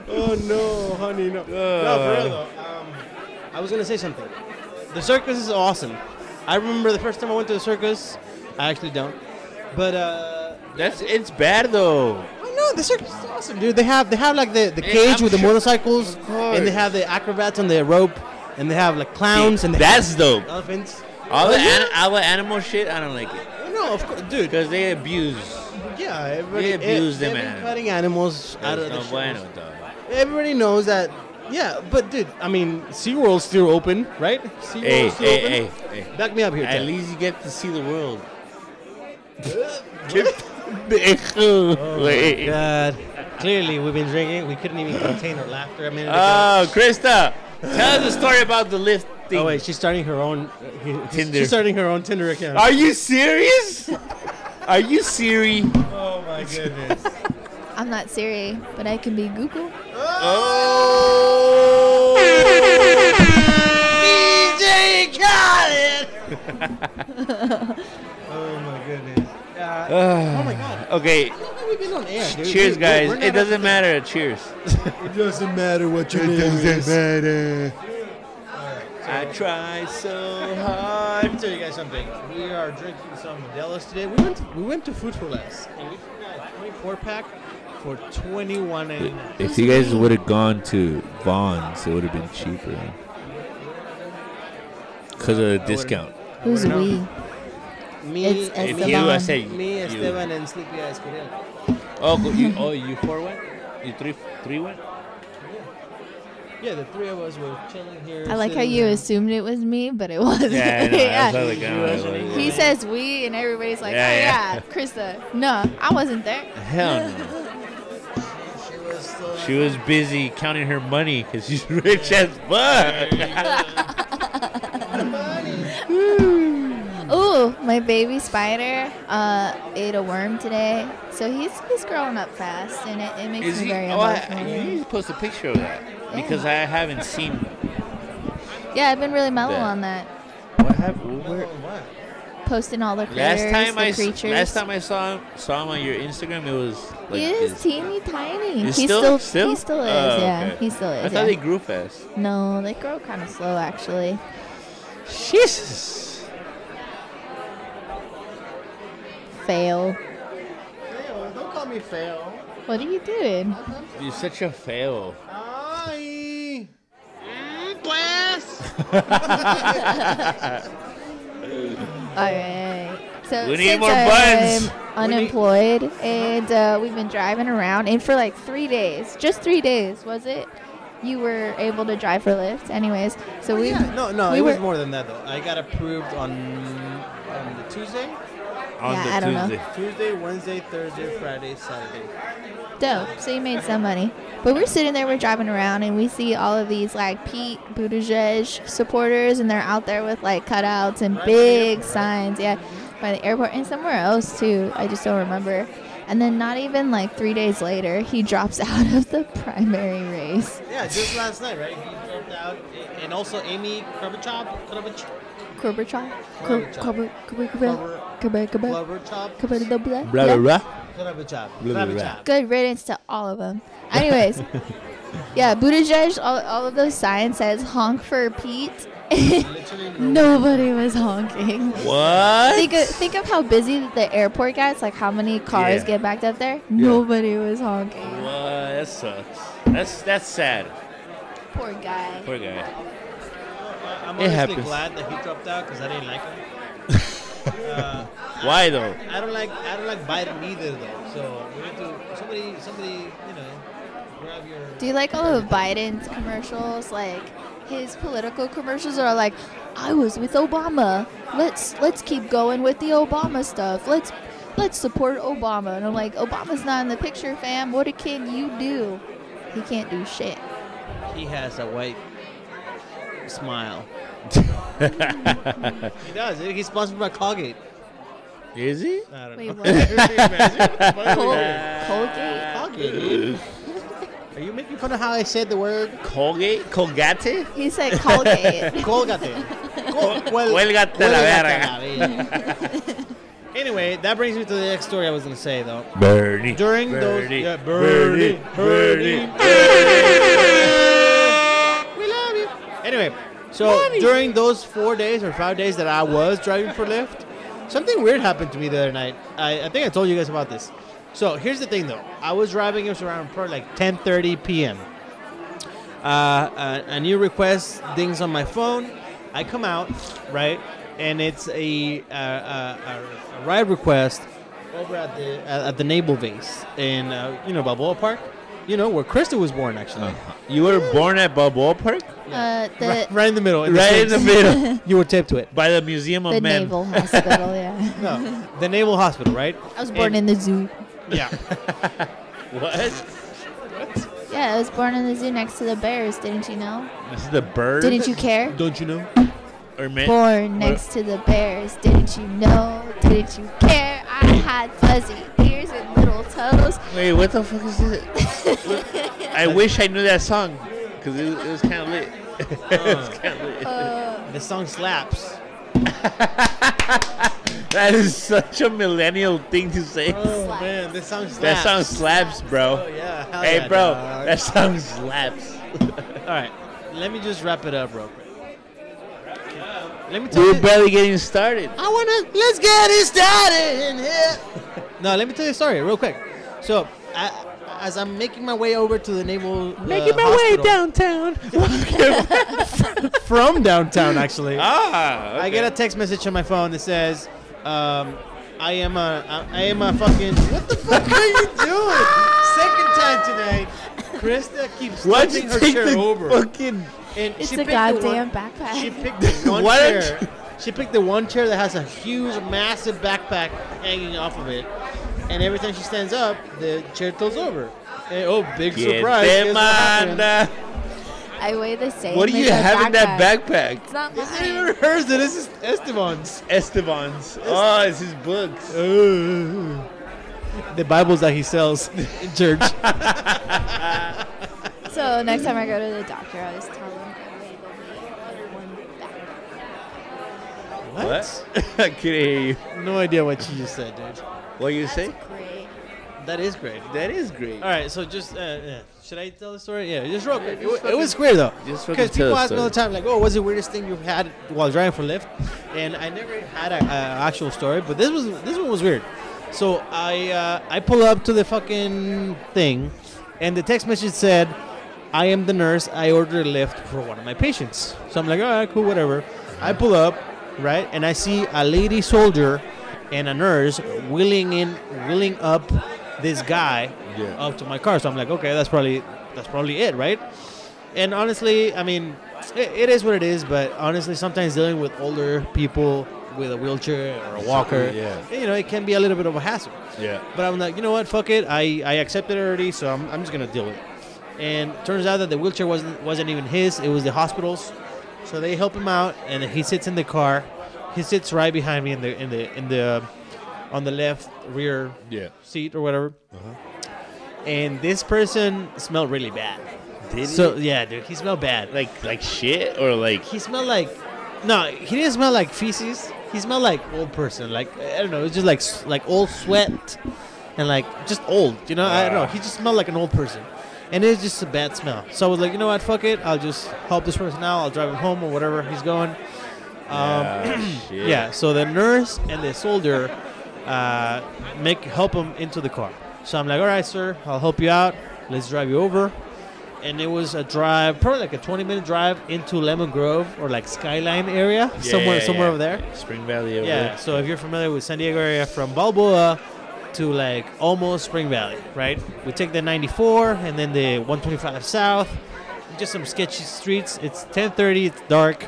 oh no, honey, no. no, for real though. Um, I was gonna say something. The circus is awesome. I remember the first time I went to the circus. I actually don't, but uh,
That's it's bad though.
oh no, the circus is awesome, dude. They have they have like the, the
Yeah,
cage
I'm
with the
sure-
motorcycles,
course.
and they have the acrobats on the rope, and they have like clowns and they
That's
have
dope.
elephants.
All
Oh,
the
yeah. Oh,
an- all the animal shit, I don't like it
no, of course, dude.
because they abuse.
Yeah, everybody,
They abuse
they've
them
been
animals.
cutting animals out of
It's
the
no
shows.
bueno, dog.
Everybody knows that. Yeah, but dude, I mean, SeaWorld's still open, right? SeaWorld's
Hey,
still open.
hey, hey, hey.
Back me up here.
At
Ted.
least you get to see the world.
Oh, God. Clearly, we've been drinking. We couldn't even contain our laughter a minute ago.
Oh, Krista, tell us a story about the lift thing.
oh wait, she's starting her own uh,
Tinder.
She's starting her own Tinder account.
Are you serious? Are you Siri?
Oh my goodness.
I'm not Siri, but I can be Google.
Oh. DJ Khaled. oh my goodness. Uh, oh my God.
Okay,
How long have we been on air, dude?
cheers,
We-
guys.
we're not
It doesn't
up to-
matter. Cheers.
It doesn't matter what your name is.
I try so hard.
Let me tell you guys something. We are drinking some Modelo's today. We went to, we went to Food for Less and we got a 24 pack for 21 and
If you guys would have gone to Vaughn's, it would have been cheaper. Because of the discount.
Who's
Or no.
we?
me,
It's
and
If
Esteban.
you, I say
me,
you.
Esteban, and Sleepy Eyes Korean.
Oh, go- you, oh, you four went? You three, three went?
Yeah, the three of us were chilling here.
I like how
sitting
you
there.
assumed it was me, but it wasn't.
Yeah, I know.
Yeah.
That's how the guy was.
He says we, and everybody's like,
Yeah,
oh,
yeah.
yeah. Krista. No, I wasn't there.
Hell no.
She was still
She was busy counting her money because she's rich as fuck.
Ooh, my baby spider uh, ate a worm today, so he's he's growing up fast, and it, it makes
Is
me
he?
very
Oh, I,
emotional.
you need to post a picture of that because I haven't seen
yeah, I've been really mellow
That.
on that,
what happened. Where,
what?
posting all the
last
critters,
time
the
I s-
creatures.
last time I saw him, saw him on your Instagram, it was like
he is
this.
teeny tiny.
He's
he
still-
still,
still?
he still is.
Oh,
yeah,
okay.
he still
I
is.
thought
yeah.
they grew fast.
no, they grow kind of slow actually.
Jesus.
Fail.
Fail. Don't call me fail.
What are you doing?
You're such a fail.
Hi.
All right. So
We need
since
more
I'm
buttons.
Unemployed, and uh, we've been driving around, and for like three days, just three days, was it? You were able to drive for Lyft, anyways.
Oh,
So we
Yeah, no, no,
we
it
were,
was more than that though. I got approved on on the Tuesday,
On
Yeah,
the
I don't know.
Tuesday.
Tuesday, Wednesday, Thursday, Friday, Saturday.
dope. So you made some money, but we're sitting there, we're driving around, and we see all of these like Pete Buttigieg supporters, and they're out there with like cutouts and
Right by the
big
airport, right?
signs, yeah, by the airport and somewhere else too. I just don't remember. And then not even like three days later, he drops out of the primary race.
Yeah, just last night, right? He dropped out, and also Amy Kravichov, Kravich,
Gorbachev. Gor- Gorba- Gorba- Gorba- Gorba- Gorba-
Blubber chop.
Gorba- blah, blah,
Blah,
blah.
blah,
Blubber chop.
Blubber
Blubber
chop.
chop.
Good riddance to all of them. Anyways, yeah, Buttigieg, all, all of those signs says honk for Pete. Nobody was honking.
blah. What?
Think of, think of how busy the airport gets, like how many cars
Yeah.
get backed up there. Nobody was honking.
What? That sucks. That's that's sad.
Poor guy.
Poor guy.
I'm
It
honestly
happens.
glad that he dropped out because I didn't like him.
Why though?
I don't like I don't like Biden either though. So we need to somebody somebody you know grab your.
Do you like all of Biden's commercials? Like his political commercials are like, I was with Obama. Let's let's keep going with the Obama stuff. Let's let's support Obama. And I'm like, Obama's not in the picture, fam. What can you do? He can't do shit.
He has a white smile. he does. He's sponsored by Colgate.
Is he?
I don't
Wait,
know.
what? Col-
Colgate.
Colgate.
dude. Are you making fun of how I said the word
Colgate? Colgate?
He said Colgate.
colgate? Col- cuel-
Cuélgate la verga.
verga. anyway, that brings me to the next story I was gonna say though.
Bernie.
During those,
Birdie,
yeah, birdie, birdie,
birdie,
we love you. Anyway, so during those four days or five days that I was driving for Lyft, something weird happened to me the other night. I, I think I told you guys about this. So here's the thing, though. I was driving. It was around probably like 10:30 p.m. Uh, a, a new request dings on my phone. I come out, right, and it's a, uh, a, a, a ride request over at the at, at the Naval Base in uh, you know Balboa Park, you know where Krista was born actually,
You were born at Balboa Park?
Uh,
right,
the
right in the middle, in the
Right in the
States.
middle.
You were taped to it.
By the Museum of
the
Men.
Naval Hospital. Yeah,
No, the Naval Hospital, right?
I was born
And-
in the zoo.
Yeah.
What?
Yeah, I was born in the zoo next to the bears. Didn't you know?
This is the bird?
Didn't you care?
Don't you know?
Or men?
Born next to the bears, didn't you know? Didn't you care? I had fuzzy ears and little toes.
Wait, what the fuck is this? I wish I knew that song because it, was- it was kind of lit. it was kind of lit.
Uh,
The song slaps.
That is such a millennial thing to say.
Oh
Slaps.
man, this song slaps.
that song slaps, bro.
Oh, yeah. hell
hey,
yeah,
bro,
dog.
that song slaps.
All right, let me just wrap it up real quick. Let me tell
We're
you.
barely getting started.
I wanna let's get it started in here. no, let me tell you a story real quick. So, I, as I'm making my way over to the naval, uh, making my way
downtown.
from downtown, actually,
ah,
I get a text message on my phone that says, um, "I am a, I, I am a fucking what the fuck are you doing? Second time today." Krista keeps
Why'd
flipping
you
her
take
chair
the
over.
fucking?
And
it's
she
a
picked the one-
goddamn
She
backpack.
picked the one
Why don't
chair. She picked the one chair that has a huge, massive backpack hanging off of it, and every time she stands up, the chair tilts over. And, oh, big
Que
surprise!
te
guess what happened?
manda.
I weigh the same.
What do you
as
have in that backpack?
It's not
This isn't
mine.
even hers. This is Esteban's.
Esteban's. Oh, it's his books.
Uh, the Bibles that he sells in church.
So next time I go to the doctor, I always tell him I weigh the weight of one backpack.
What? I couldn't hear you.
No idea what she just said, dude.
What you
That's
say?
great.
That is great.
That is great.
All right, so just uh, yeah. should I tell the story? Yeah, just real quick. It, wa- it was weird though,
just fucking
because
tell
people
the
ask me all the
story.
time, like, "Oh, what's the weirdest thing you've had while driving for Lyft?" And I never had an actual story, but this was this one was weird. So I uh, I pull up to the fucking thing, and the text message said, "I am the nurse. I ordered a Lyft for one of my patients." So I'm like, "All right, cool, whatever."
Uh-huh.
I pull up, right, and I see a lady soldier and a nurse wheeling in, wheeling up this guy
Yeah.
up to my car. So I'm like, okay, that's probably that's probably it, right? And honestly, I mean, it, it is what it is. But honestly, sometimes dealing with older people with a wheelchair or a walker,
Yeah.
you know, it can be a little bit of a hassle.
Yeah.
But I'm like, you know what? Fuck it. I, I accepted it already, so I'm, I'm just gonna deal with it. And turns out that the wheelchair wasn't wasn't even his. It was the hospital's. So they help him out, and he sits in the car. He sits right behind me in the in the in the on the left rear
Yeah.
seat or whatever.
Uh-huh.
And this person smelled really bad.
Did
so yeah, dude, he smelled bad.
Like like shit or like
He smelled like No, he didn't smell like feces. He smelled like old person. Like I don't know. It's just like s- like old sweat, and like just old. You know, I don't know. He just smelled like an old person, and it's just a bad smell. So I was like, you know what? Fuck it. I'll just help this person out. I'll drive him home or whatever he's going. Um,
Ah, shit.
yeah. So the nurse and the soldier uh, make help him into the car. So I'm like, all right, sir, I'll help you out. Let's drive you over. And it was a drive, probably like a 20 minute drive into Lemon Grove or like Skyline area,
Yeah,
somewhere,
yeah,
somewhere
yeah.
over there.
Spring Valley over
Yeah. So if you're familiar with San Diego area, from Balboa to like almost Spring Valley, right? We take the 94 and then the 125 South. Just some sketchy streets. It's 10:30. It's dark.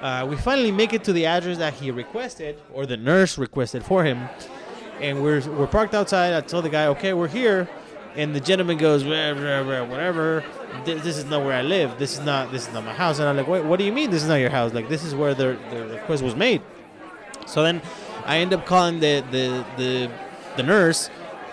Uh, we finally make it to the address that he requested, or the nurse requested for him, and we're we're parked outside. I told the guy, "Okay, we're here," and the gentleman goes, "Blah, blah, blah, "Whatever, this, this is not where I live. This is not this is not my house." And I'm like, "Wait, what do you mean this is not your house? Like this is where the the request was made." So then I end up calling the the the, the nurse,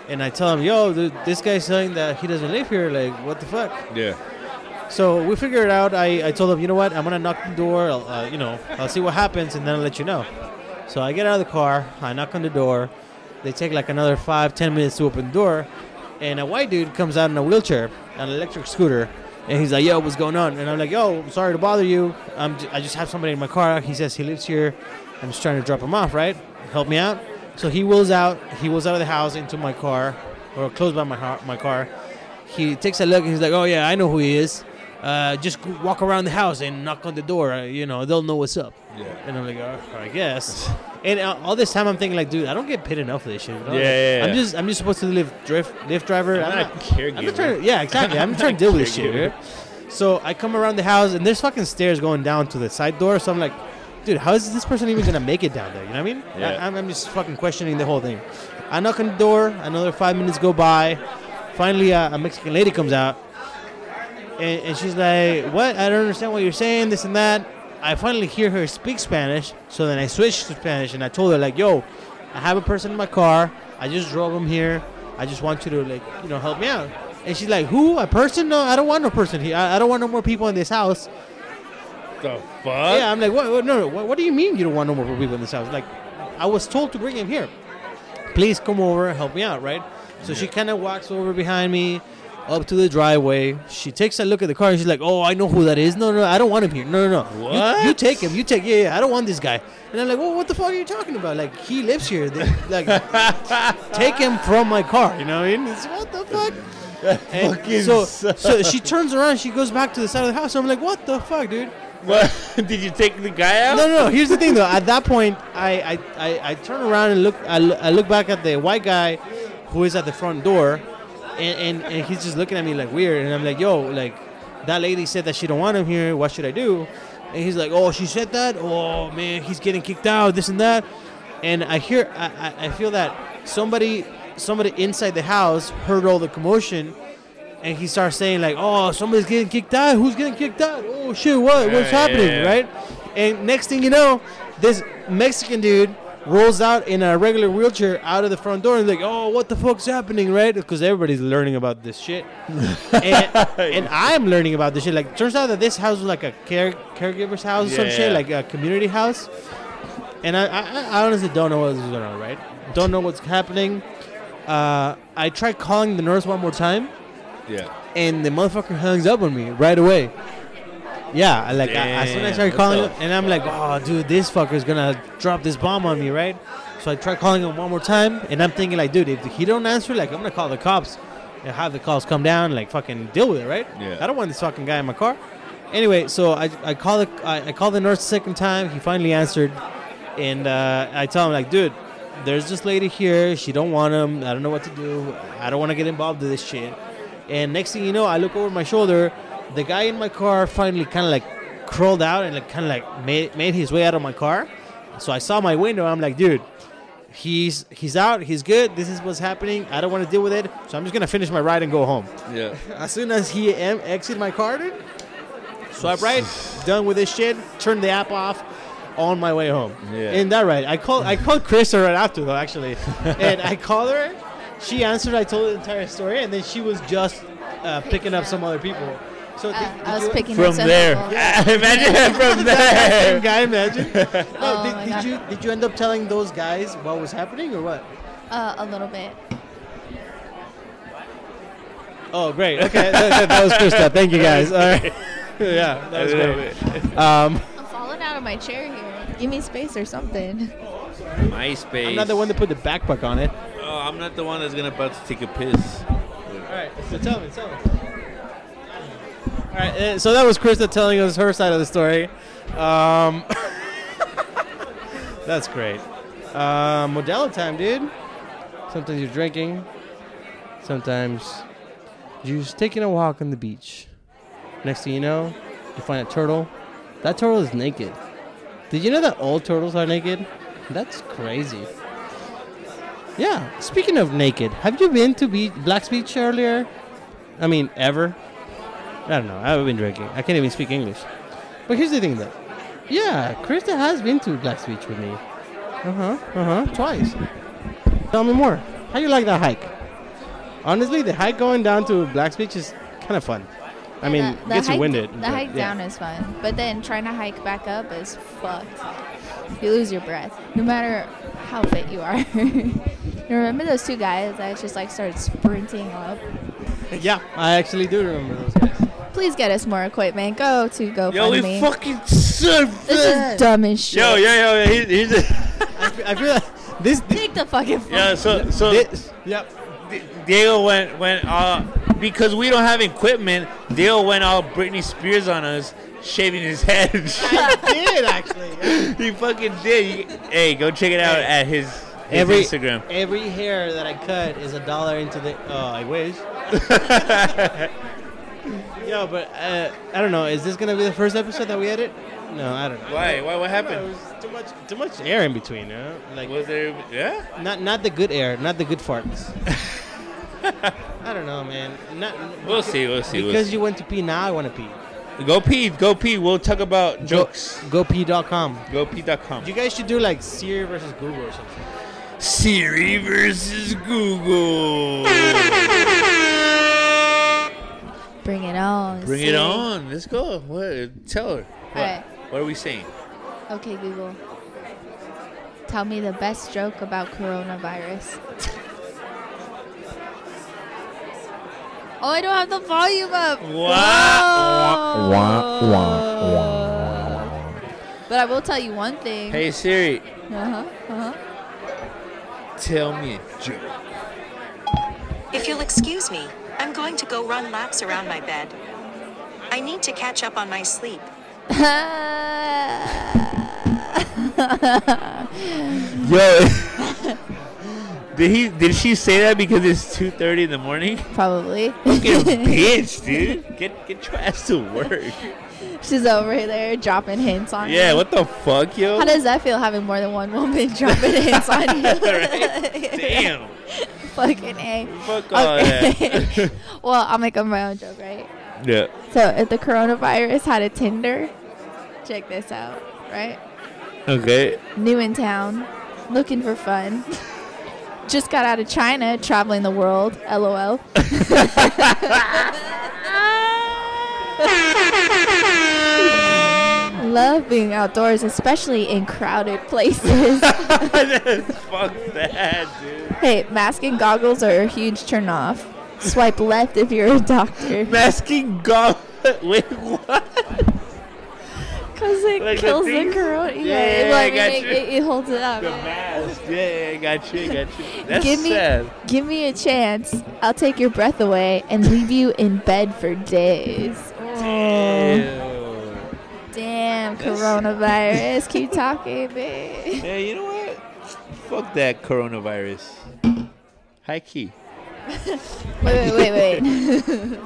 and I tell him, "Yo, dude, this guy's saying that he doesn't live here. Like, what the fuck?"
there. Yeah.
So we figured it out. I, I told him, you know what? I'm gonna knock on the door. I'll, uh, you know, I'll see what happens, and then I'll let you know. So I get out of the car. I knock on the door. They take like another five, ten minutes to open the door, and a white dude comes out in a wheelchair, an electric scooter, and he's like, "Yo, what's going on?" And I'm like, "Yo, I'm sorry to bother you. I'm j- I just have somebody in my car. He says he lives here. I'm just trying to drop him off. Right? Help me out." So he wheels out. He wheels out of the house into my car, or close by my har- my car. He takes a look and he's like, "Oh yeah, I know who he is. Uh, just g- walk around the house and knock on the door. Uh, you know, they'll know what's up."
Yeah.
And I'm like, oh, "I guess." and uh, all this time I'm thinking, like, dude, I don't get paid enough for this shit.
Yeah, yeah,
I'm
yeah.
just, I'm just supposed to live drift, lift driver.
I'm not a caregiver.
I'm not trying to, yeah, exactly. I'm trying to deal with this shit.
Caregiver.
right? So I come around the house and there's fucking stairs going down to the side door. So I'm like, dude, how is this person even gonna make it down there? You know what I mean?
Yeah.
I, I'm, I'm just fucking questioning the whole thing. I knock on the door. Another five minutes go by. Finally, uh, a Mexican lady comes out, and, and she's like, "What? I don't understand what you're saying. This and that." I finally hear her speak Spanish, so then I switched to Spanish and I told her like, "Yo, I have a person in my car. I just drove him here. I just want you to like, you know, help me out." And she's like, "Who? A person? No, I don't want no person here. I, I don't want no more people in this house."
The fuck?
Yeah, I'm like, what, what, no, no, what, what do you mean you don't want no more people in this house? Like, I was told to bring him here. Please come over and help me out, right? So she kind of walks over behind me, up to the driveway. She takes a look at the car and she's like, oh, I know who that is. No, no, I don't want him here. No, no, no. You-
What?
You, take him. You take. Yeah, yeah. I don't want this guy. And I'm like, well, what the fuck are you talking about? Like, he lives here. They- like, take him from my car. You know what I mean? It's, what the fuck? And
fucking
so,
sucks.
so she turns around. She goes back to the side of the house. I'm like, what the fuck, dude?
What? Did you take the guy out?
No, no, no. Here's the thing, though. At that point, I, I, I, I turn around and look. I, lo- I look back at the white guy who is at the front door, and, and, and he's just looking at me like weird. And I'm like, yo, like that lady said that she don't want him here. What should I do? And he's like, oh, she said that. Oh man, he's getting kicked out. This and that. And I hear, I, I, I feel that somebody, somebody inside the house heard all the commotion. And he starts saying like, "Oh, somebody's getting kicked out. Who's getting kicked out? Oh shit, what? What's
Yeah, yeah,
happening?"
yeah.
Right? And next thing you know, this Mexican dude rolls out in a regular wheelchair out of the front door and like, oh, what the fuck's happening, right? Because everybody's learning about this shit, and, and I'm learning about this shit. Like, turns out that this house was like a care caregiver's house, or some
Yeah,
shit,
yeah.
like a community house. And I, I, I honestly don't know what's going on, right? Don't know what's happening. Uh, I tried calling the nurse one more time,
Yeah.
and the motherfucker hangs up on me right away. Yeah, I like I, as soon as I started
Damn, what
calling
the
him, and I'm like, oh, dude, this fucker's gonna drop this bomb on me, right? So I try calling him one more time, and I'm thinking like, dude, if he don't answer, like I'm gonna call the cops and have the cops come down, like fucking deal with it, right?
Yeah.
I don't want this fucking guy in my car. Anyway, so I I call the I, I call the nurse the second time. He finally answered, and uh, I tell him like, dude, there's this lady here. She don't want him. I don't know what to do. I don't want to get involved with this shit. And next thing you know, I look over my shoulder. The guy in my car finally kind of like crawled out and like kind of like made made his way out of my car. So I saw my window. I'm like, dude, he's he's out. He's good. This is what's happening. I don't want to deal with it. So I'm just gonna finish my ride and go home.
Yeah.
As soon as he em- exit my card, dude, swipe right, done with this shit, turn the app off on my way home.
Yeah.
In that right, I called I called Krista right after though actually, and I called her, she answered. I told her the entire story, and then she was just uh, picking up some other people. So
Uh,
did, did
I was
you,
picking up
From
some
there.
people.
Imagine from
Same
there.
guy, imagine.
Oh
No,
my
did,
God.
did you did you end up telling those guys what was happening or what?
Uh, a little bit.
Oh, great. Okay, that, that- that was Krista. Thank you guys. All right. yeah, that was great. Um,
I'm falling out of my chair here. Give me space or something.
MySpace.
I'm not the one that put the backpack on it.
Oh, I'm not the one that's gonna about to take a piss.
All right, so tell me, tell me. All right, uh, so that was Krista telling us her side of the story. Um, that's great. Uh, Modelo time, dude. Sometimes you're drinking. Sometimes you're just taking a walk on the beach. Next thing you know, you find a turtle. That turtle is naked. Did you know that all turtles are naked? That's crazy. Yeah. Speaking of naked, have you been to be- Black's Beach earlier? I mean, ever? I don't know. I've been drinking. I can't even speak English. But here's the thing, though. Yeah, Krista has been to Black's Beach with me. Uh huh. Uh huh. Twice. Tell me more. How you like that hike? Honestly, the hike going down to Black's Beach is kind of fun. I mean,
The- the
gets
hike-
you winded.
The
but
hike
yeah.
down is fun, but then trying to hike back up is fucked. You lose your breath, no matter how fit you are. You Remember those two guys that just like started sprinting up?
Yeah, I actually do remember those guys.
Please get us more equipment. Go to
Yo, we
GoFundMe.
fucking surfed.
This is dumb as shit.
Yo, yo, yo, yo, here's, here's a,
I feel, I feel like this.
Take the fucking phone.
yeah. So, so
this yep.
D- Diego went went uh because we don't have equipment. Diego went all Britney Spears on us, shaving his head.
did actually.
he fucking did. You- hey, go check it out at his, his
Every
Instagram.
every hair that I cut is a dollar into the. Oh, I wish. Yo, but uh, I don't know. Is this gonna be the first episode that we edit? No, I don't know.
Why? Why? What
It
happened?
was too much, too much air in between. You know? Like
Was there? Yeah.
not not the good air, not the good farts. I don't know, man. Not
We'll see. We'll see. We'll
because
see.
you went to pee. Now I want to pee.
Go pee. Go pee. We'll talk about jokes.
Go, GoPee.com.
GoPee.com.
You guys should do like Siri versus Google or something.
Siri versus Google.
Bring it on.
Bring
see?
it on. Let's go. What? Tell her. What,
Alright.
what are we saying?
Okay, Google. Tell me the best joke about coronavirus. oh, I don't have the volume up.
Wah,
wah, wah, wah,
But I will tell you one thing.
Hey Siri,
Uh-huh, uh-huh.
tell me a joke.
If you'll excuse me, I'm going to go run laps around my bed. I need to catch up on my sleep.
Yo. did he? Did she say that because it's two thirty in the morning?
Probably.
Fucking bitch, dude. Get get your ass to work.
She's over there dropping hints on
Yeah.
you.
What the fuck, yo?
How does that feel having more than one woman dropping hints on you?
Damn.
Fucking A.
Fuck all that.
well, I'll make up my own joke, right?
yeah.
So if the coronavirus had a Tinder, check this out, right?
Okay.
New in town, looking for fun. Just got out of China, traveling the world. LOL. Love being outdoors, especially in crowded places.
Fuck that, dude.
hey, mask and goggles are a huge turnoff. Swipe left if you're a doctor,
Masking God. Wait, what?
cause it
Like the
kills the,
things?
corona. Yeah,
Yeah, yeah,
it,
yeah, I
like,
got
it,
you.
it- it holds it up.
The
yeah.
mask. Yeah, yeah, got you, got you. That's
give me,
sad.
give me a chance. I'll take your breath away and leave you in bed for days. Oh,
Ew.
damn, coronavirus. Keep talking, babe.
Yeah, you know what? Fuck that coronavirus. High key.
Wait, wait, wait, wait.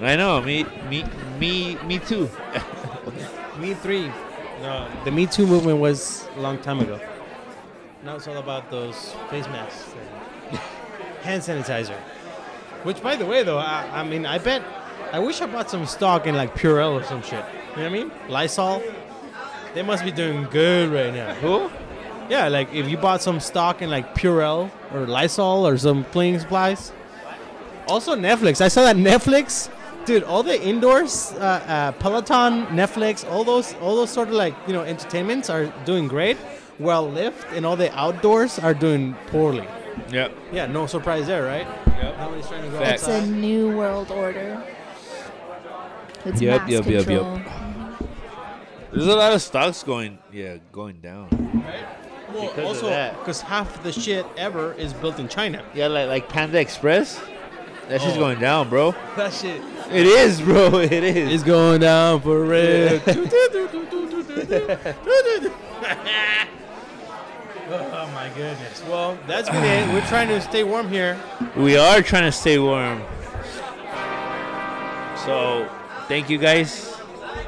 I know. Me, me, me, me too.
Me three. No, the Me Too movement was a long time ago. Now it's all about those face masks and hand sanitizer. Which, by the way, though, I, I mean, I bet, I wish I bought some stock in like Purell or some shit. You know what I mean? Lysol. They must be doing good right now.
Who?
Yeah, like if you bought some stock in like Purell or Lysol or some cleaning supplies, Also Netflix. I saw that Netflix, dude. All the indoors, uh, uh, Peloton, Netflix, all those, all those sort of like you know entertainments are doing great. Well, Lyft and all the outdoors are doing poorly.
Yep.
Yeah, no surprise there, right? Nobody's trying to go
Facts.
It's a
outside.
new world order. It's
Yep,
mass
yep, yep, yep.
control.
There's a lot of stocks going, yeah, going down.
Well,
because of
also,
that.
because half the shit ever is built in China.
Yeah, like like Panda Express. That shit's going down, bro.
That shit
It is, bro. It is.
is going down for real. oh my goodness. Well, that's been it. We're trying to stay warm here.
We are trying to stay warm. So, thank you guys.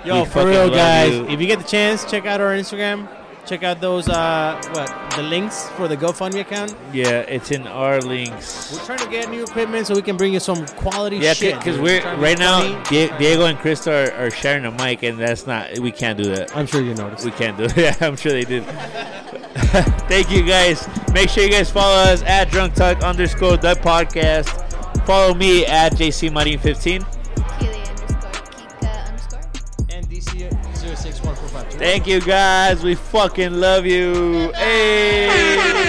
Yo,
We
for
fucking
real,
love
guys.
you.
If you get the chance, check out our Instagram. Check out those uh, what the links for the GoFundMe account.
Yeah, it's in our links.
We're trying to get new equipment so we can bring you some quality
Yeah,
shit.
because
dude.
we're
trying to be
right now.
funny.
Die- Diego and Chris are, are sharing a mic, and that's not. We can't do that.
I'm sure you noticed.
We can't do it. Yeah, I'm sure they did. Thank you guys. Make sure you guys follow us at Drunk Talk underscore the podcast. Follow me at JC Martin 15.
Keely underscore Kika underscore.
And DC 061452.
Thank you guys. We fucking love you. Hey.